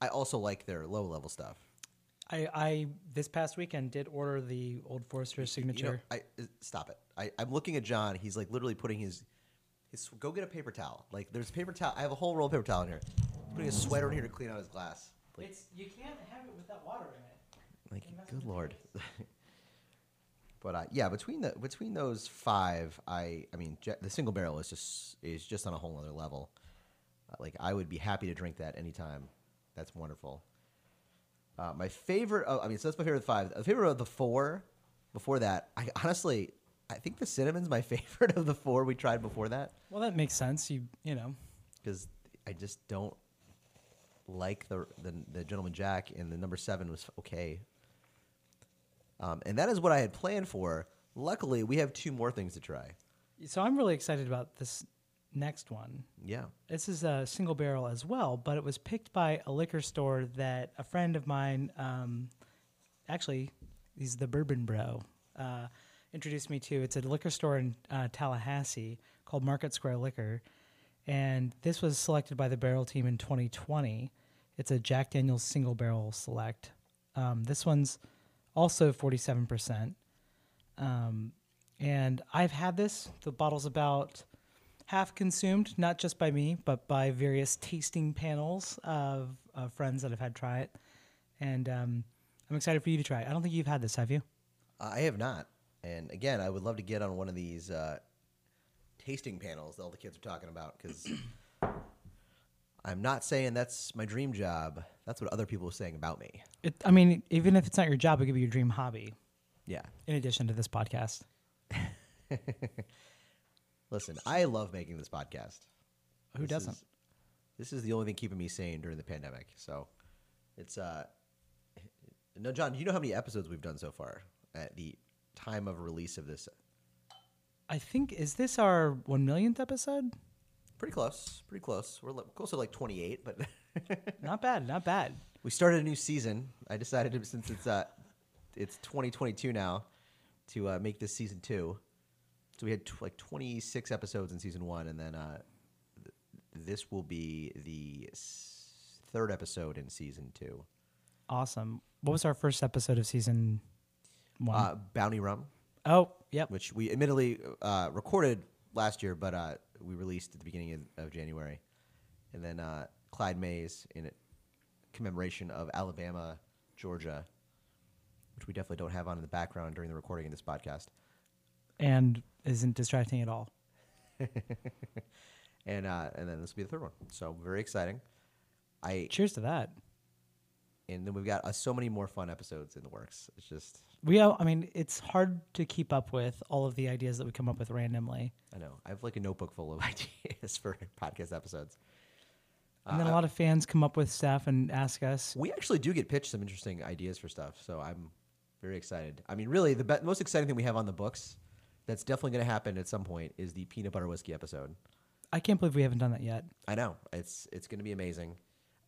S2: I also like their low level stuff.
S1: I I this past weekend did order the Old Forester
S2: You know,
S1: signature.
S2: I uh, stop it. I, I'm looking at John. He's like literally putting his his go get a paper towel. Like there's paper towel. I have a whole roll of paper towel in here. putting a sweater in here to clean out his glass. Like,
S1: it's you can't have it without water in it.
S2: like
S1: messed
S2: good lord. but uh, yeah, between the between those five, I I mean Ja- the single barrel is just is just on a whole other level. Uh, like I would be happy to drink that anytime. That's wonderful. Uh, my favorite, oh, I mean, so that's my favorite of the five. The favorite of the four before that, I honestly, I think the cinnamon's my favorite of the four we tried before that
S1: Well, that makes sense. You you know.
S2: because I just don't like the, the the gentleman Jack, and the number seven was okay. Um, and that is what I had planned for. Luckily, we have two more things to try.
S1: So I'm really excited about this next one.
S2: Yeah,
S1: This is a single barrel as well, but it was picked by a liquor store that a friend of mine, um, actually, he's the Bourbon Bro, uh, introduced me to. It's a liquor store in uh, Tallahassee called Market Square Liquor, and this was selected by the barrel team in 2020. It's a Jack Daniel's single barrel select. Um, this one's also 47 percent. Um, and I've had this. The bottle's about half consumed, not just by me, but by various tasting panels of, of friends that have had try it. And um, I'm excited for you to try it. I don't think you've had this, have you?
S2: I have not. And again, I would love to get on one of these uh, tasting panels that all the kids are talking about because I'm not saying that's my dream job. That's what other people are saying about me.
S1: It, I mean, even if it's not your job, it could be your dream hobby.
S2: Yeah.
S1: In addition to this podcast,
S2: Listen, I love making this podcast.
S1: who
S2: This
S1: doesn't?
S2: is- this is the only thing keeping me sane during the pandemic. So it's uh no John, do you know how many episodes we've done so far at the time of release of this?
S1: I think is this our one millionth episode?
S2: Pretty close. Pretty close. We're li- close to like 28, but
S1: not bad, not bad.
S2: we started a new season. I decided to, since it's uh it's 2022 now to uh, make this season 2. So we had tw- like 26 episodes in season 1 and then uh th- this will be the s- third episode in season 2.
S1: Awesome. What was our first episode of season one?
S2: Uh, Bounty Rum.
S1: oh, yep.
S2: which we admittedly uh, recorded last year, but uh, we released at the beginning of, of January. And then uh, Clyde Mays in it, commemoration of Alabama, Georgia, which we definitely don't have on in the background during the recording of this podcast.
S1: And isn't distracting at all.
S2: And uh, and then this will be the third one. So very exciting. I
S1: Cheers to that.
S2: And then we've got uh, so many more fun episodes in the works. It's just,
S1: We have, I mean, it's hard to keep up with all of the ideas that we come up with randomly.
S2: I know. I have like a notebook full of ideas for podcast episodes.
S1: And then a lot of fans come up with stuff and ask us.
S2: We actually do get pitched some interesting ideas for stuff, so I'm very excited. I mean, really, the be- most exciting thing we have on the books that's definitely going to happen at some point is the peanut butter whiskey episode.
S1: I can't believe we haven't done that yet.
S2: I know it's it's going to be amazing.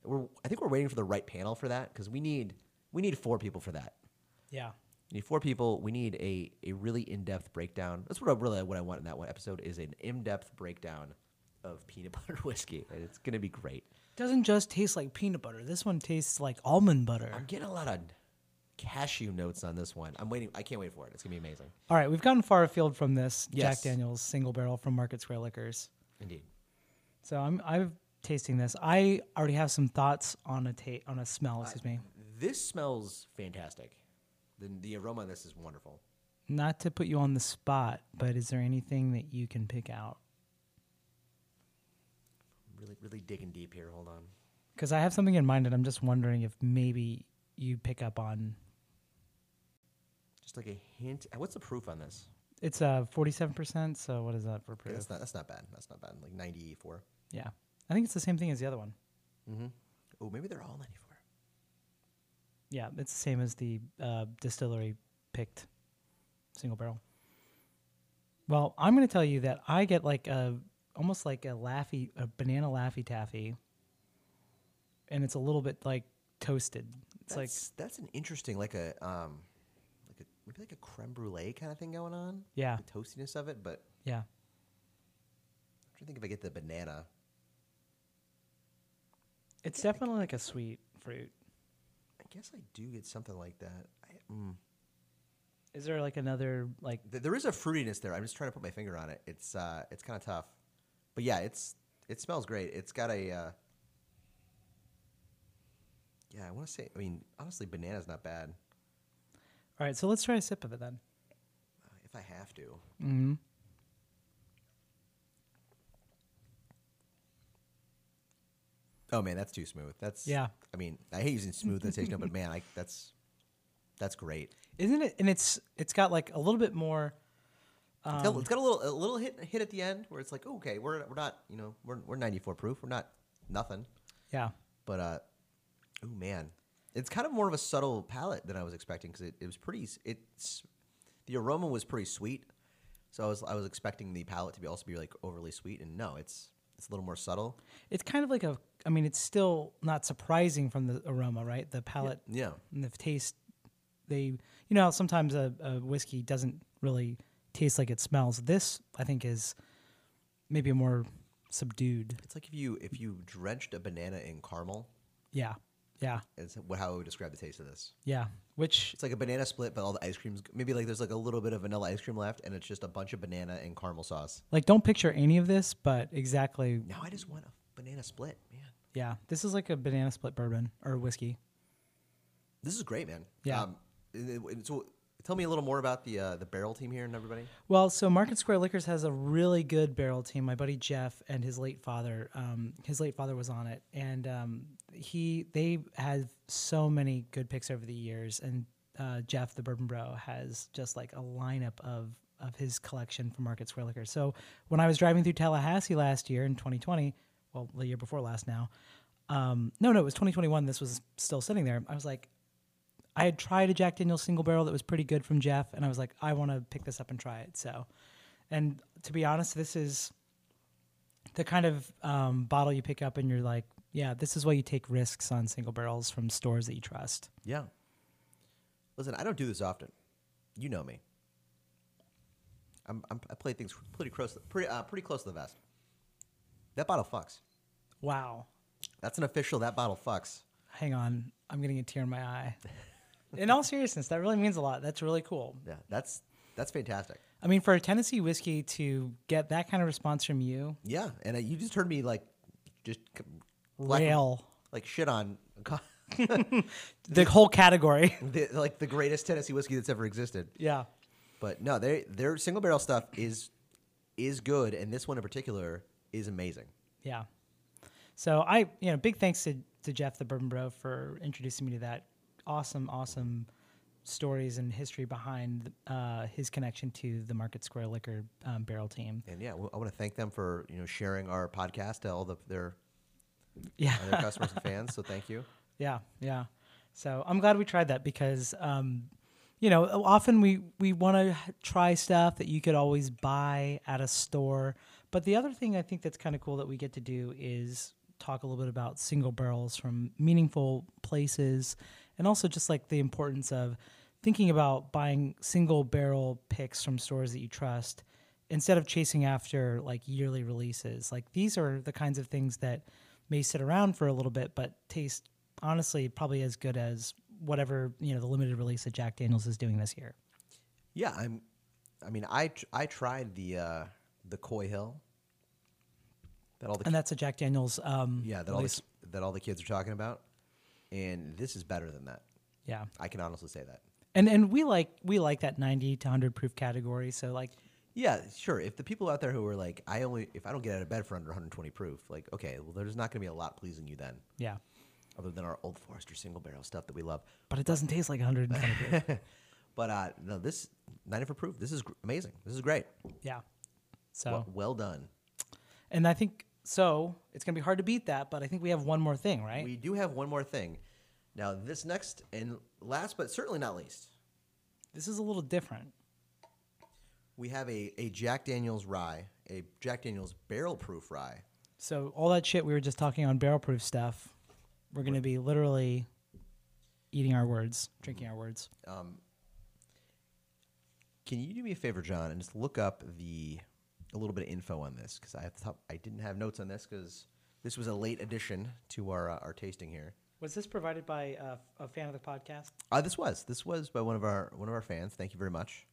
S2: We're I think we're waiting for the right panel for that because we need we need four people for that.
S1: Yeah.
S2: We need four people. We need a, a really in depth breakdown. That's what I really what I want in that one episode is an in depth breakdown of peanut butter whiskey, and it's going to be great.
S1: Doesn't just taste like peanut butter. This one tastes like almond
S2: I'm
S1: butter.
S2: getting a lot of cashew notes on this one. I'm waiting. I can't wait for it. It's gonna be amazing.
S1: All right, we've gotten far afield from this
S2: Yes.
S1: Jack Daniel's single barrel from Market Square Liquors.
S2: Indeed.
S1: So I'm I'm tasting this. I already have some thoughts on a ta- on a smell, excuse me.
S2: This smells fantastic. The, the aroma of this is wonderful.
S1: Not to put you on the spot, but is there anything that you can pick out?
S2: I'm really, really digging deep here. Hold on.
S1: Because I have something in mind, and I'm just wondering if maybe you pick up on.
S2: Just like a hint. uh, What's the proof on this?
S1: It's a 47%. So what is that for
S2: Yeah,
S1: proof?
S2: that's not. That's not bad. That's not bad. Like 94.
S1: Yeah, I think it's the same thing as the other one. Mm-hmm.
S2: Oh, maybe they're all 94.
S1: Yeah, it's the same as the uh, distillery picked single barrel. Well, I'm going to tell you that I get like a almost like a laffy a banana laffy taffy, and it's a little bit like toasted. It's like
S2: that's, that's an interesting, like a um, like a maybe like a creme brulee kind of thing going on.
S1: Yeah.
S2: The toastiness of it, but
S1: yeah,
S2: I'm trying to think if I get the banana.
S1: it's definitely like a sweet fruit.
S2: I guess I do get something like that. I, mm.
S1: Is there like another like
S2: Th- there is a fruitiness there. I'm just trying to put my finger on it. It's uh, it's kind of tough, but yeah, it's it smells great. It's got a uh, yeah. I want to say. I mean, honestly, banana's not bad.
S1: All right, so let's try a sip of it then.
S2: Uh, If I have to,
S1: Mm-hmm.
S2: oh man, that's too smooth. That's
S1: Yeah.
S2: I mean, I hate using smooth notation, but man, I, that's that's great.
S1: Isn't it? And it's it's got like a little bit more. um,
S2: it's, got, it's got a little a little hit hit at the end where it's like, oh, okay, we're we're not you know we're we're 94 proof. We're not nothing,
S1: Yeah,
S2: but uh, oh man, it's kind of more of a subtle palate than I was expecting because it, it was pretty. s- It's the aroma was pretty sweet, so I was I was expecting the palate to be also be like overly sweet, and no, it's it's a little more subtle.
S1: it's kind of like a. I mean, it's still not surprising from the aroma, right? The palate
S2: Yeah,
S1: and the taste. They, you know, how sometimes a, a whiskey doesn't really taste like it smells. This, I think, is maybe more subdued.
S2: it's like if you if you drenched a banana in caramel.
S1: Yeah, yeah,
S2: Is what how I would describe the taste of this.
S1: yeah. Which
S2: It's like a banana split, but all the ice creams maybe like there's like a little bit of vanilla ice cream left, and it's just a bunch of banana and caramel sauce.
S1: like don't picture any of this, but exactly.
S2: Now I just want a banana split, man.
S1: Yeah, this is like a banana split bourbon or whiskey.
S2: This is great, man.
S1: Yeah.
S2: Um, it- it- so tell me a little more about the uh, the barrel team here and everybody.
S1: Well, so Market Square Liquors has a really good barrel team. My buddy Jeff and his late father, um, his late father was on it, and um, he they have so many good picks over the years. And uh, Jeff, the Bourbon Bro, has just like a lineup of of his collection from Market Square Liquors. So when I was driving through Tallahassee last year in 2020, well, the year before last now, um, no, no, it was 2021. This was still sitting there. I was like, I had tried a Jack Daniel's single barrel that was pretty good from Jeff, and I was like, I want to pick this up and try it. So, and to be honest, this is the kind of um, bottle you pick up, and you're like, yeah, this is why you take risks on single barrels from stores that you trust.
S2: Yeah. Listen, I don't do this often. You know me. I'm, I'm, I play things pretty close, pretty uh, pretty close to the vest. That bottle fucks.
S1: Wow.
S2: That's an official. That bottle fucks.
S1: Hang on, I'm getting a tear in my eye. in all seriousness, that really means a lot. That's really cool.
S2: Yeah, that's that's fantastic.
S1: I mean, for a Tennessee whiskey to get that kind of response from you,
S2: Yeah, and uh, you just heard me like just c- lack of-
S1: rail
S2: like shit on co-
S1: the whole category.
S2: the, like the greatest Tennessee whiskey that's ever existed.
S1: yeah.
S2: But no, they their single barrel stuff is is good, and this one in particular is amazing.
S1: Yeah. So I, you know, big thanks to to Jeff the Bourbon Bro for introducing me to that. Awesome, awesome stories and history behind uh, his connection to the Market Square Liquor um, Barrel Team.
S2: And yeah, well, I want to thank them for you know sharing our podcast to all the, their
S1: Yeah,
S2: uh, their customers and fans. So thank you.
S1: Yeah, yeah. So I'm glad we tried that because, um, you know, often we we want to try stuff that you could always buy at a store. But the other thing I think that's kind of cool that we get to do is talk a little bit about single barrels from meaningful places, and also just like the importance of thinking about buying single barrel picks from stores that you trust instead of chasing after like yearly releases. Like these are the kinds of things that may sit around for a little bit, but taste honestly probably as good as whatever you know the limited release that Jack Daniels is doing this year.
S2: Yeah, I'm. I mean, I tr- I tried the uh, the Coy Hill that all the
S1: And that's a Jack Daniels. Um,
S2: yeah that all
S1: release.
S2: the, that all the kids are talking about, and this is better than that.
S1: yeah.
S2: I can honestly say that.
S1: And and we like we like that ninety to hundred proof category. So like
S2: Yeah, sure. If the people out there who are like, I only if I don't get out of bed for under 120 proof, like, okay, well, there's not going to be a lot pleasing you then,
S1: yeah,
S2: other than our Old Forester single barrel stuff that we love.
S1: but it doesn't taste like hundred.
S2: But uh, no, this 94 proof. This is gr- amazing. This is great.
S1: yeah. So
S2: Well, well done.
S1: and I think so. It's gonna be hard to beat that, but I think we have one more thing, right?
S2: We do have one more thing. Now, this next and last, but certainly not least,
S1: this is a little different.
S2: we have a, a Jack Daniels rye, a Jack Daniels barrel proof rye.
S1: So all that shit we were just talking on barrel proof stuff, we're gonna be literally eating our words, drinking our words.
S2: Can you do me a favor, John, and just look up the a little bit of info on this because I have top, I didn't have notes on this because this was a late addition to our uh, our tasting here.
S1: Was this provided by uh, a fan of the podcast?
S2: Uh, this was this was by one of our one of our fans. Thank you very much.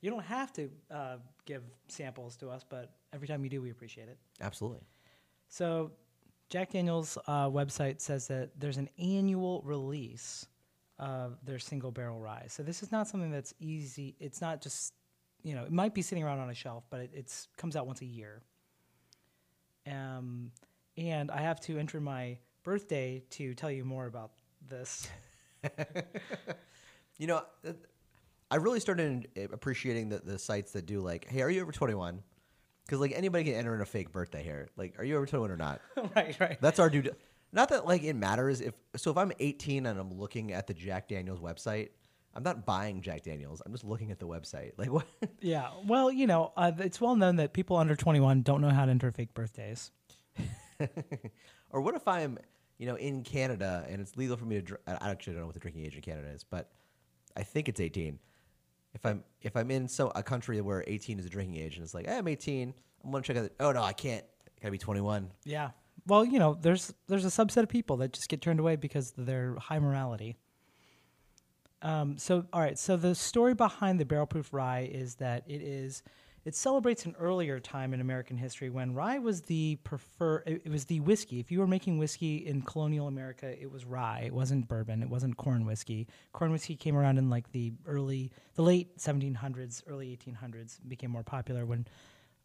S1: You don't have to uh, give samples to us, but every time you do, we appreciate it.
S2: Absolutely.
S1: So, Jack Daniels' uh, website says that there's an annual release of their single barrel rye. So this is not something that's easy. It's not just you know it might be sitting around on a shelf, but it it's, comes out once a year. Um, and I have to enter my birthday to tell you more about this.
S2: You know, uh, I really started in- eh, appreciating the, the sites that do like, hey, are you over twenty one? Because like anybody can enter in a fake birthday here. Like, are you over twenty one or not?
S1: right, right.
S2: That's our dude. Not that like it matters if so. If I'm 18 and I'm looking at the Jack Daniels website, I'm not buying Jack Daniels. I'm just looking at the website. Like what?
S1: Yeah. Well, you know, uh, it's well known that people under 21 don't know how to enter fake birthdays.
S2: or what if I'm you know in Canada and it's legal for me to? Dr- I actually don't know what the drinking age in Canada is, but I think it's 18. If I'm if I'm in so a country where 18 is the drinking age and it's like hey, I'm 18, I'm gonna check out. The, oh no, I can't. I gotta be 21.
S1: Yeah. Well, you know, there's there's a subset of people that just get turned away because of their high morality. Um, so all right, so the story behind the barrel proof rye is that it is it celebrates an earlier time in American history when rye was the prefer it, it was the whiskey. If you were making whiskey in colonial America, it was rye. It wasn't bourbon, it wasn't corn whiskey. Corn whiskey came around in like the early the late 1700s, early 1800s became more popular when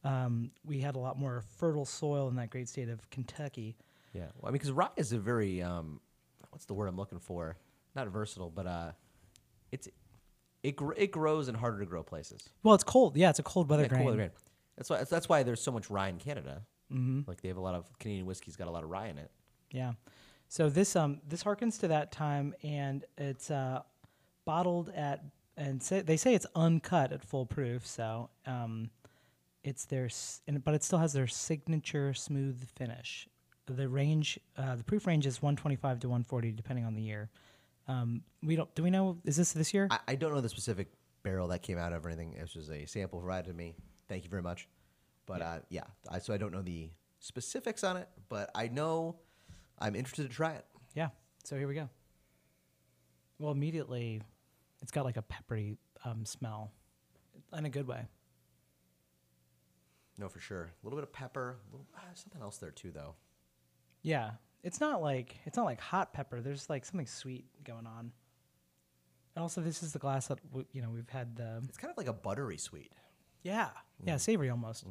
S1: um, we had a lot more fertile soil in that great state of Kentucky.
S2: Yeah, well, I mean, because rye is a very um, what's the word I'm looking for? Not versatile, but uh, it's it gr- it grows in harder to grow places.
S1: Well, it's cold. Yeah, it's a cold weather
S2: Yeah, cool
S1: grain.
S2: with grain. That's why that's why there's so much rye in Canada. Mm-hmm. Like they have a lot of Canadian whiskey's got a lot of rye in it.
S1: Yeah. So this um this harkens to that time, and it's uh, bottled at and say, they say it's uncut at full proof. So um, it's their s- and, but it still has their signature smooth finish. The range, uh, the proof range is 125 to 140, depending on the year. Um, we don't. Do we know? Is this this year?
S2: I, I don't know the specific barrel that came out of or anything. It was just a sample provided to me. Thank you very much. But yeah, uh, yeah I, so I don't know the specifics on it, but I know I'm interested to try it.
S1: Yeah. So here we go. Well, immediately, it's got like a peppery um, smell, in a good way.
S2: No, for sure. A little bit of pepper, a little, ah, something else there too, though.
S1: Yeah. It's not like it's not like hot pepper. There's like something sweet going on. And also, this is the glass that w- you know we've had the
S2: It's kind of like a buttery sweet.
S1: yeah yeah savory almost.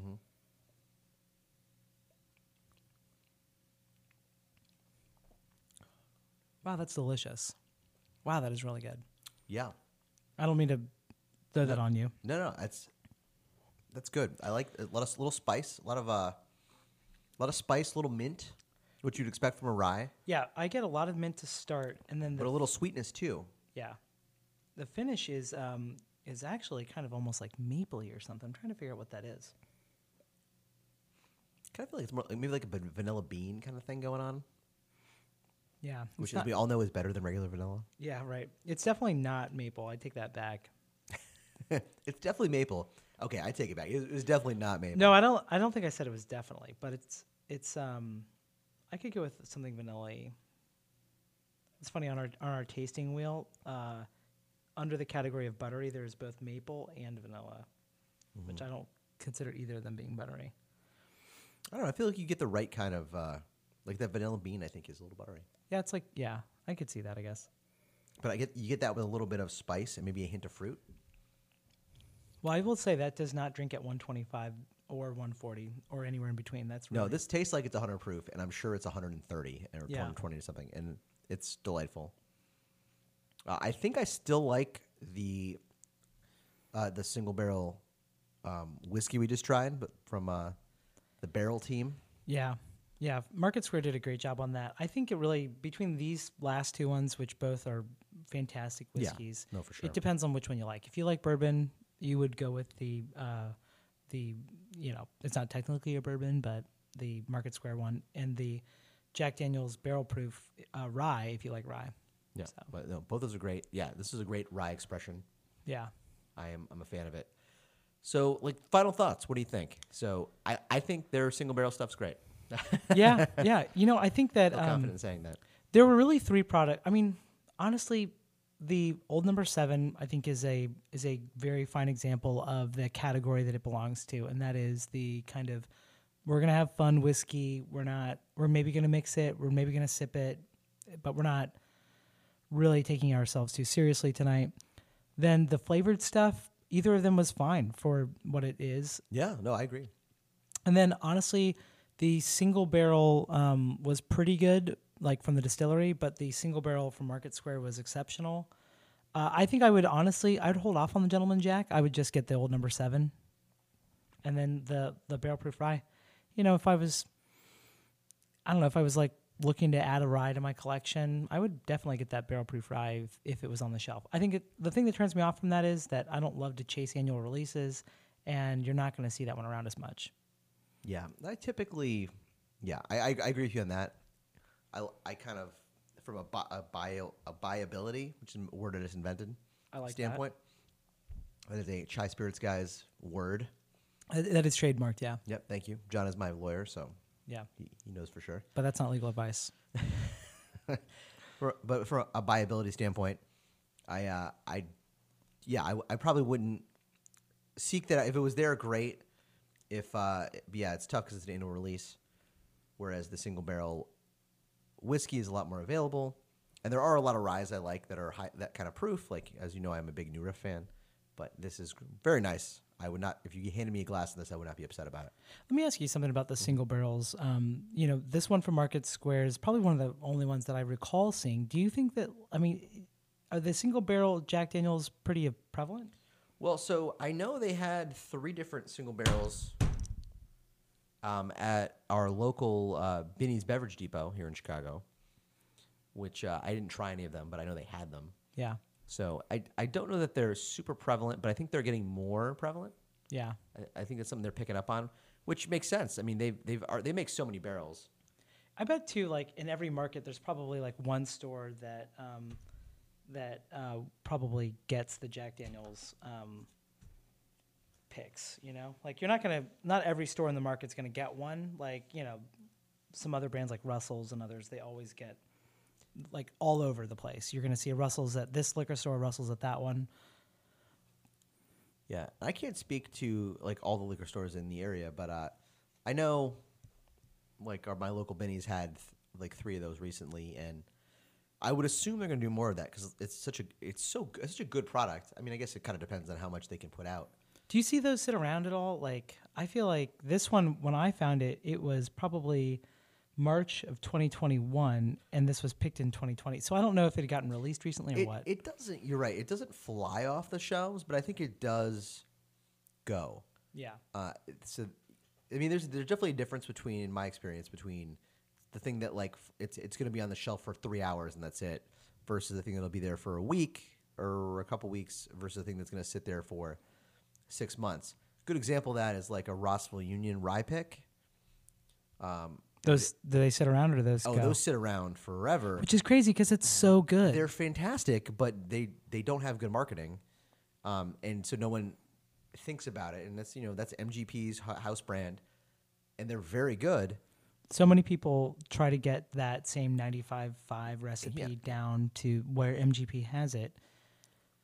S1: Wow, that's delicious. Wow, that is really good.
S2: Yeah.
S1: I don't mean to throw that on you.
S2: No, no, that's that's good. I like a lot of little spice, a lot of uh, lot of spice, little mint, what you'd expect from a rye,
S1: Yeah, I get a lot of mint to start, and then
S2: but a
S1: the,
S2: little sweetness too.
S1: yeah, the finish is um is actually kind of almost like mapley or something. I'm trying to figure out what that is.
S2: Kind of feel like it's more like- maybe like a van- vanilla bean kind of thing going on,
S1: Yeah, it's
S2: which
S1: not-
S2: as we all know is better than regular vanilla.
S1: yeah, right. It's definitely not maple. I take that back.
S2: it's definitely maple. Okay, I take it back. It- It's definitely not maple.
S1: No, I don't. I don't think I said it was definitely, but it's it's um, I could go with something vanilla. It's funny on our on our tasting wheel, uh, under the category of buttery, there is both maple and vanilla,
S2: Mm-hmm.
S1: which I don't consider either of them being buttery.
S2: I don't know. I feel like you get the right kind of uh, like that vanilla bean. I think is a little buttery,
S1: Yeah, it's like yeah, I could see that. I guess.
S2: but I get you get that with a little bit of spice and maybe a hint of fruit.
S1: Well, I will say that does not drink at 125 or 140 or anywhere in between. That's really,
S2: No, this tastes like it's 100 proof, and I'm sure it's 130 or
S1: Yeah.
S2: 120 or something, and it's delightful. Uh, I think I still like the uh, the single barrel um, whiskey we just tried, but from uh, the barrel team.
S1: Yeah. Yeah. Market Square did a great job on that. I think it really, between these last two ones, which both are fantastic
S2: Yeah.
S1: whiskeys,
S2: No, for sure.
S1: it depends on which one you like. If you like bourbon, you would go with the, uh, the you know, it's not technically a bourbon, but the Market Square one and the Jack Daniels barrel proof uh, rye, if you like rye.
S2: Yeah,
S1: So,
S2: but no, both those are great. Yeah, this is a great rye expression.
S1: yeah.
S2: I am I'm a fan of it. So, like, final thoughts. What do you think? So, I, I think their single barrel stuff's great. I
S1: Yeah. yeah. You know, I think that.
S2: feel
S1: um,
S2: confident in saying that.
S1: There were really three product. I mean, honestly, the old number seven I think is a is a very fine example of the category that it belongs to, and that is the kind of we're gonna have fun whiskey. We're not. We're maybe gonna mix it. We're maybe gonna sip it, but we're not really taking ourselves too seriously tonight. Then the flavored stuff, either of them was fine for what it is.
S2: Yeah, no, I agree.
S1: And then honestly, the single barrel um, was pretty good, like from the distillery, but the single barrel from Market Square was exceptional. Uh, I think I would honestly, I'd hold off on the Gentleman Jack. I would just get the old number seven, and then the the barrel proof rye. You know, if I was, I don't know, if I was like looking to add a rye to my collection, I would definitely get that barrel proof rye if, if it was on the shelf. I think it, the thing that turns me off from that is that I don't love to chase annual releases, and you're not going to see that one around as much.
S2: Yeah, I typically, yeah, I, I, I agree with you on that. I, I kind of from a, bu- a bio a buyability, which is a word I just invented.
S1: I like that.
S2: standpoint. That is a chai spirits guy's word.
S1: Uh, That is trademarked, yeah.
S2: Yep, thank you. John is my lawyer, so
S1: Yeah.
S2: he, he knows for sure.
S1: But that's not legal advice.
S2: For, but from a buyability standpoint, I uh, I yeah, I, I probably wouldn't seek that if it was there. Great. If uh, yeah, it's tough because it's an annual release, whereas the single barrel whiskey is a lot more available, and there are a lot of ryes I like that are high, that kind of proof. Like as you know, I'm a big New Riff fan, but this is very nice. I would not if you handed me a glass of this, I would not be upset about it.
S1: Let me ask you something about the single barrels. Um, you know, this one from Market Square is probably one of the only ones that I recall seeing. Do you think that, I mean, are the single barrel Jack Daniels pretty prevalent?
S2: Well, so I know they had three different single barrels um, at our local uh, Binny's Beverage Depot here in Chicago, which uh, I didn't try any of them, but I know they had them.
S1: Yeah.
S2: So I, I don't know that they're super prevalent, but I think they're getting more prevalent.
S1: Yeah.
S2: I, I think that's something they're picking up on, which makes sense. I mean, they've, they've are, they make so many barrels.
S1: I bet too. Like in every market, there's probably like one store that um, that uh, probably gets the Jack Daniels um, picks. You know, like you're not gonna not every store in the market's gonna get one. Like you know, some other brands like Russells and others, they always get like all over the place. You're gonna see a Russells at this liquor store, Russells at that one.
S2: Yeah, and I can't speak to like all the liquor stores in the area, but uh, I know like our, my local Benny's had th- like three of those recently, and I would assume they're going to do more of that because it's such a it's so g- it's such a good product. I mean, I guess it kind of depends on how much they can put out.
S1: Do you see those sit around at all? Like, I feel like this one, when I found it, it was probably March of 2021, and this was picked in 2020. So I don't know if it had gotten released recently or
S2: It,
S1: what.
S2: it doesn't. You're right. It doesn't fly off the shelves, but I think it does go.
S1: yeah.
S2: Uh, so, I mean, there's there's definitely a difference between, in my experience, between the thing that like f- it's it's going to be on the shelf for three hours and that's it, versus the thing that'll be there for a week or a couple weeks, versus the thing that's going to sit there for six months. Good example of that is like a Rossville Union rye pick.
S1: Those do they sit around or do those
S2: Oh,
S1: go?
S2: those sit around forever.
S1: Which is crazy because it's so good.
S2: they're fantastic, but they they don't have good marketing, um, and so no one thinks about it. And that's you know that's MGP's hu- house brand, and they're very good.
S1: so many people try to get that same 95.5 recipe
S2: Yeah.
S1: down to where MGP has it.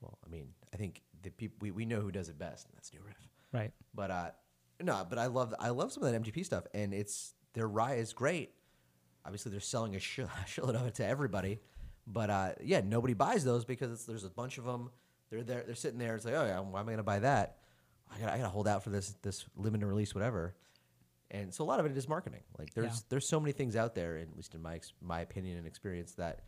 S2: Well, I mean, I think the people we, we know who does it best, and that's New Riff.
S1: Right.
S2: But uh, no, but I love I love some of that MGP stuff, and it's their rye is great. Obviously, they're selling a shit- a shitload of it to everybody, but uh, yeah, nobody buys those because it's, there's a bunch of them. They're there, they're sitting there. It's like, oh yeah, why am I gonna buy that? I gotta, I gotta hold out for this this limited release, whatever. And so a lot of it is marketing. Like there's
S1: Yeah.
S2: there's so many things out there, at least in my ex- my opinion and experience, that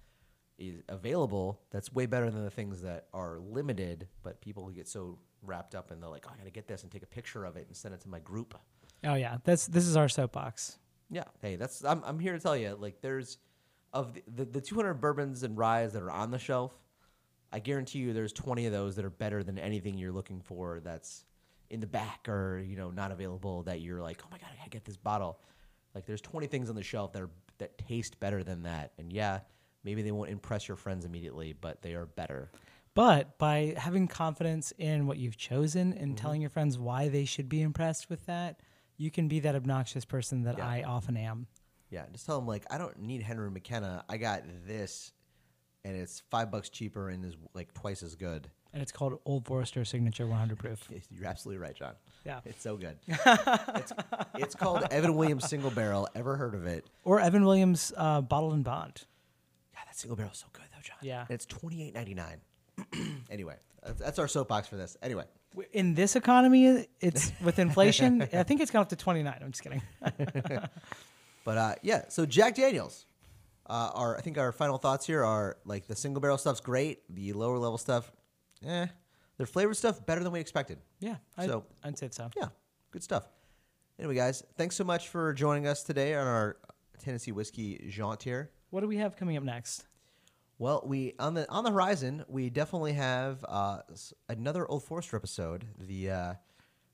S2: is available. That's way better than the things that are limited. But people get so wrapped up in the like, oh, I gotta get this and take a picture of it and send it to my group.
S1: Oh yeah. That's this is our soapbox.
S2: Yeah. Hey, that's I'm I'm here to tell you. Like there's of the, the, the 200 bourbons and ryes that are on the shelf, I guarantee you there's 20 of those that are better than anything you're looking for that's in the back or you know not available that you're like, "Oh my god, I got to get this bottle." Like there's 20 things on the shelf that are that taste better than that. And yeah, maybe they won't impress your friends immediately, but they are better.
S1: But by having confidence in what you've chosen and telling your friends why they should be impressed with that, you can be that obnoxious person that
S2: Yeah.
S1: I often am.
S2: Yeah, just tell them like I don't need Henry McKenna. I got this and it's 5 bucks cheaper and is like twice as good.
S1: And it's called Old Forester Signature 100 Proof.
S2: Yes, You're absolutely right, John.
S1: Yeah.
S2: It's so good. it's, it's called Evan Williams Single Barrel. Ever heard of it?
S1: Or Evan Williams uh, Bottle and Bond.
S2: God, that single barrel is so good, though, John.
S1: Yeah.
S2: And it's twenty eight ninety nine. anyway, that's, that's our soapbox for this. Anyway,
S1: W- In this economy, it's with inflation. I think it's gone up to 29. I'm just kidding.
S2: but uh, yeah, so Jack Daniels. Uh, our I think our final thoughts here are like the single barrel stuff's great. The lower level stuff, eh. Their flavored stuff better than we expected.
S1: Yeah, I'd,
S2: So-
S1: I'd say so.
S2: Yeah, good stuff. Anyway, guys, thanks so much for joining us today on our Tennessee whiskey jaunt here.
S1: What do we have coming up next?
S2: Well, we on the on the horizon, we definitely have uh, s- another Old Forester episode. The uh,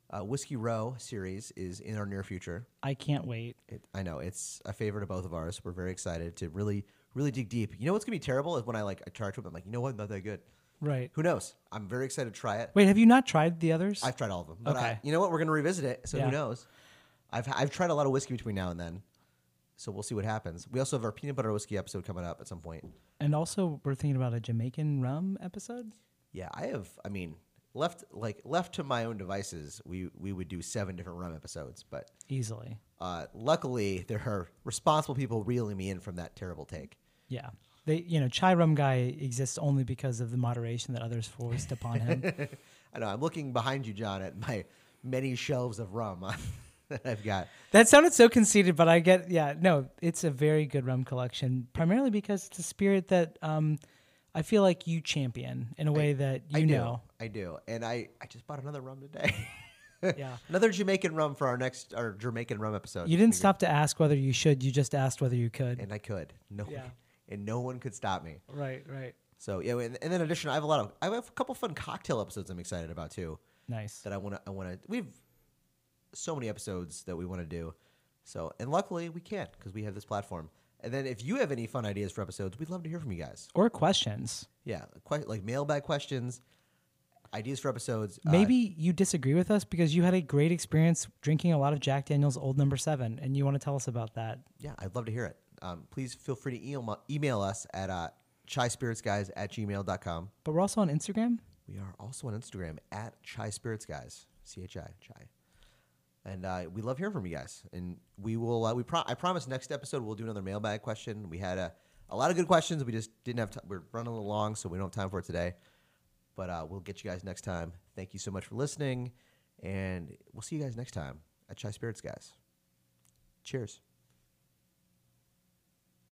S2: uh, Whiskey Row series is in our near future.
S1: I can't wait.
S2: It, I know it's a favorite of both of ours. We're very excited to really really dig deep. You know what's gonna be terrible is when I like I try to it. I'm like, you know what, not that good.
S1: Right.
S2: Who knows? I'm very excited to try it.
S1: Wait, have you not tried the others?
S2: I've tried all of them, but I,
S1: Okay.
S2: you know what? We're gonna revisit it. So
S1: Yeah.
S2: who knows? I've I've tried a lot of whiskey between now and then, so we'll see what happens. We also have our peanut butter whiskey episode coming up at some point.
S1: and also, we're thinking about a Jamaican rum episode.
S2: Yeah, I have. I mean, left like left to my own devices, we we would do seven different rum episodes. But
S1: Easily.
S2: uh, luckily, there are responsible people reeling me in from that terrible take.
S1: Yeah. They, you know, chai rum guy exists only because of the moderation that others forced upon him.
S2: I know. I'm looking behind you, John, at my many shelves of rum that I've got.
S1: that sounded so conceited, but I get, yeah, no, it's a very good rum collection, primarily because it's a spirit that um, I feel like you champion in a way that you
S2: I do.
S1: know.
S2: I do, and I I just bought another rum today.
S1: Yeah.
S2: another Jamaican rum for our next our Jamaican rum episode.
S1: You didn't stop to ask whether you should, you just asked whether you could.
S2: and I could. No,
S1: Yeah.
S2: and no one could stop me.
S1: right, right.
S2: So yeah, and, and then in addition, I have a lot of I have a couple fun cocktail episodes I'm excited about too.
S1: Nice.
S2: that I want to. I want to. We've so many episodes that we want to do. So, and luckily we can because we have this platform. And then if you have any fun ideas for episodes, we'd love to hear from you guys.
S1: Or questions.
S2: Yeah, que- like mailbag questions, ideas for episodes. uh,
S1: Maybe you disagree with us because you had a great experience drinking a lot of Jack Daniels Old Number Seven, and you want to tell us about that.
S2: yeah, I'd love to hear it. Um, please feel free to email, email us at uh, chyspiritsguys at gmail.com.
S1: But we're also on Instagram.
S2: We are also on Instagram at Chai Spirits Guys, C H I Chai, and uh, we love hearing from you guys. And we will. Uh, we pro- I promise next episode we'll do another mailbag question. We had a, a lot of good questions. We just didn't have. T- we're running a little long, so we don't have time for it today. But uh, we'll get you guys next time. Thank you so much for listening, and we'll see you guys next time at Chai Spirits Guys. Cheers.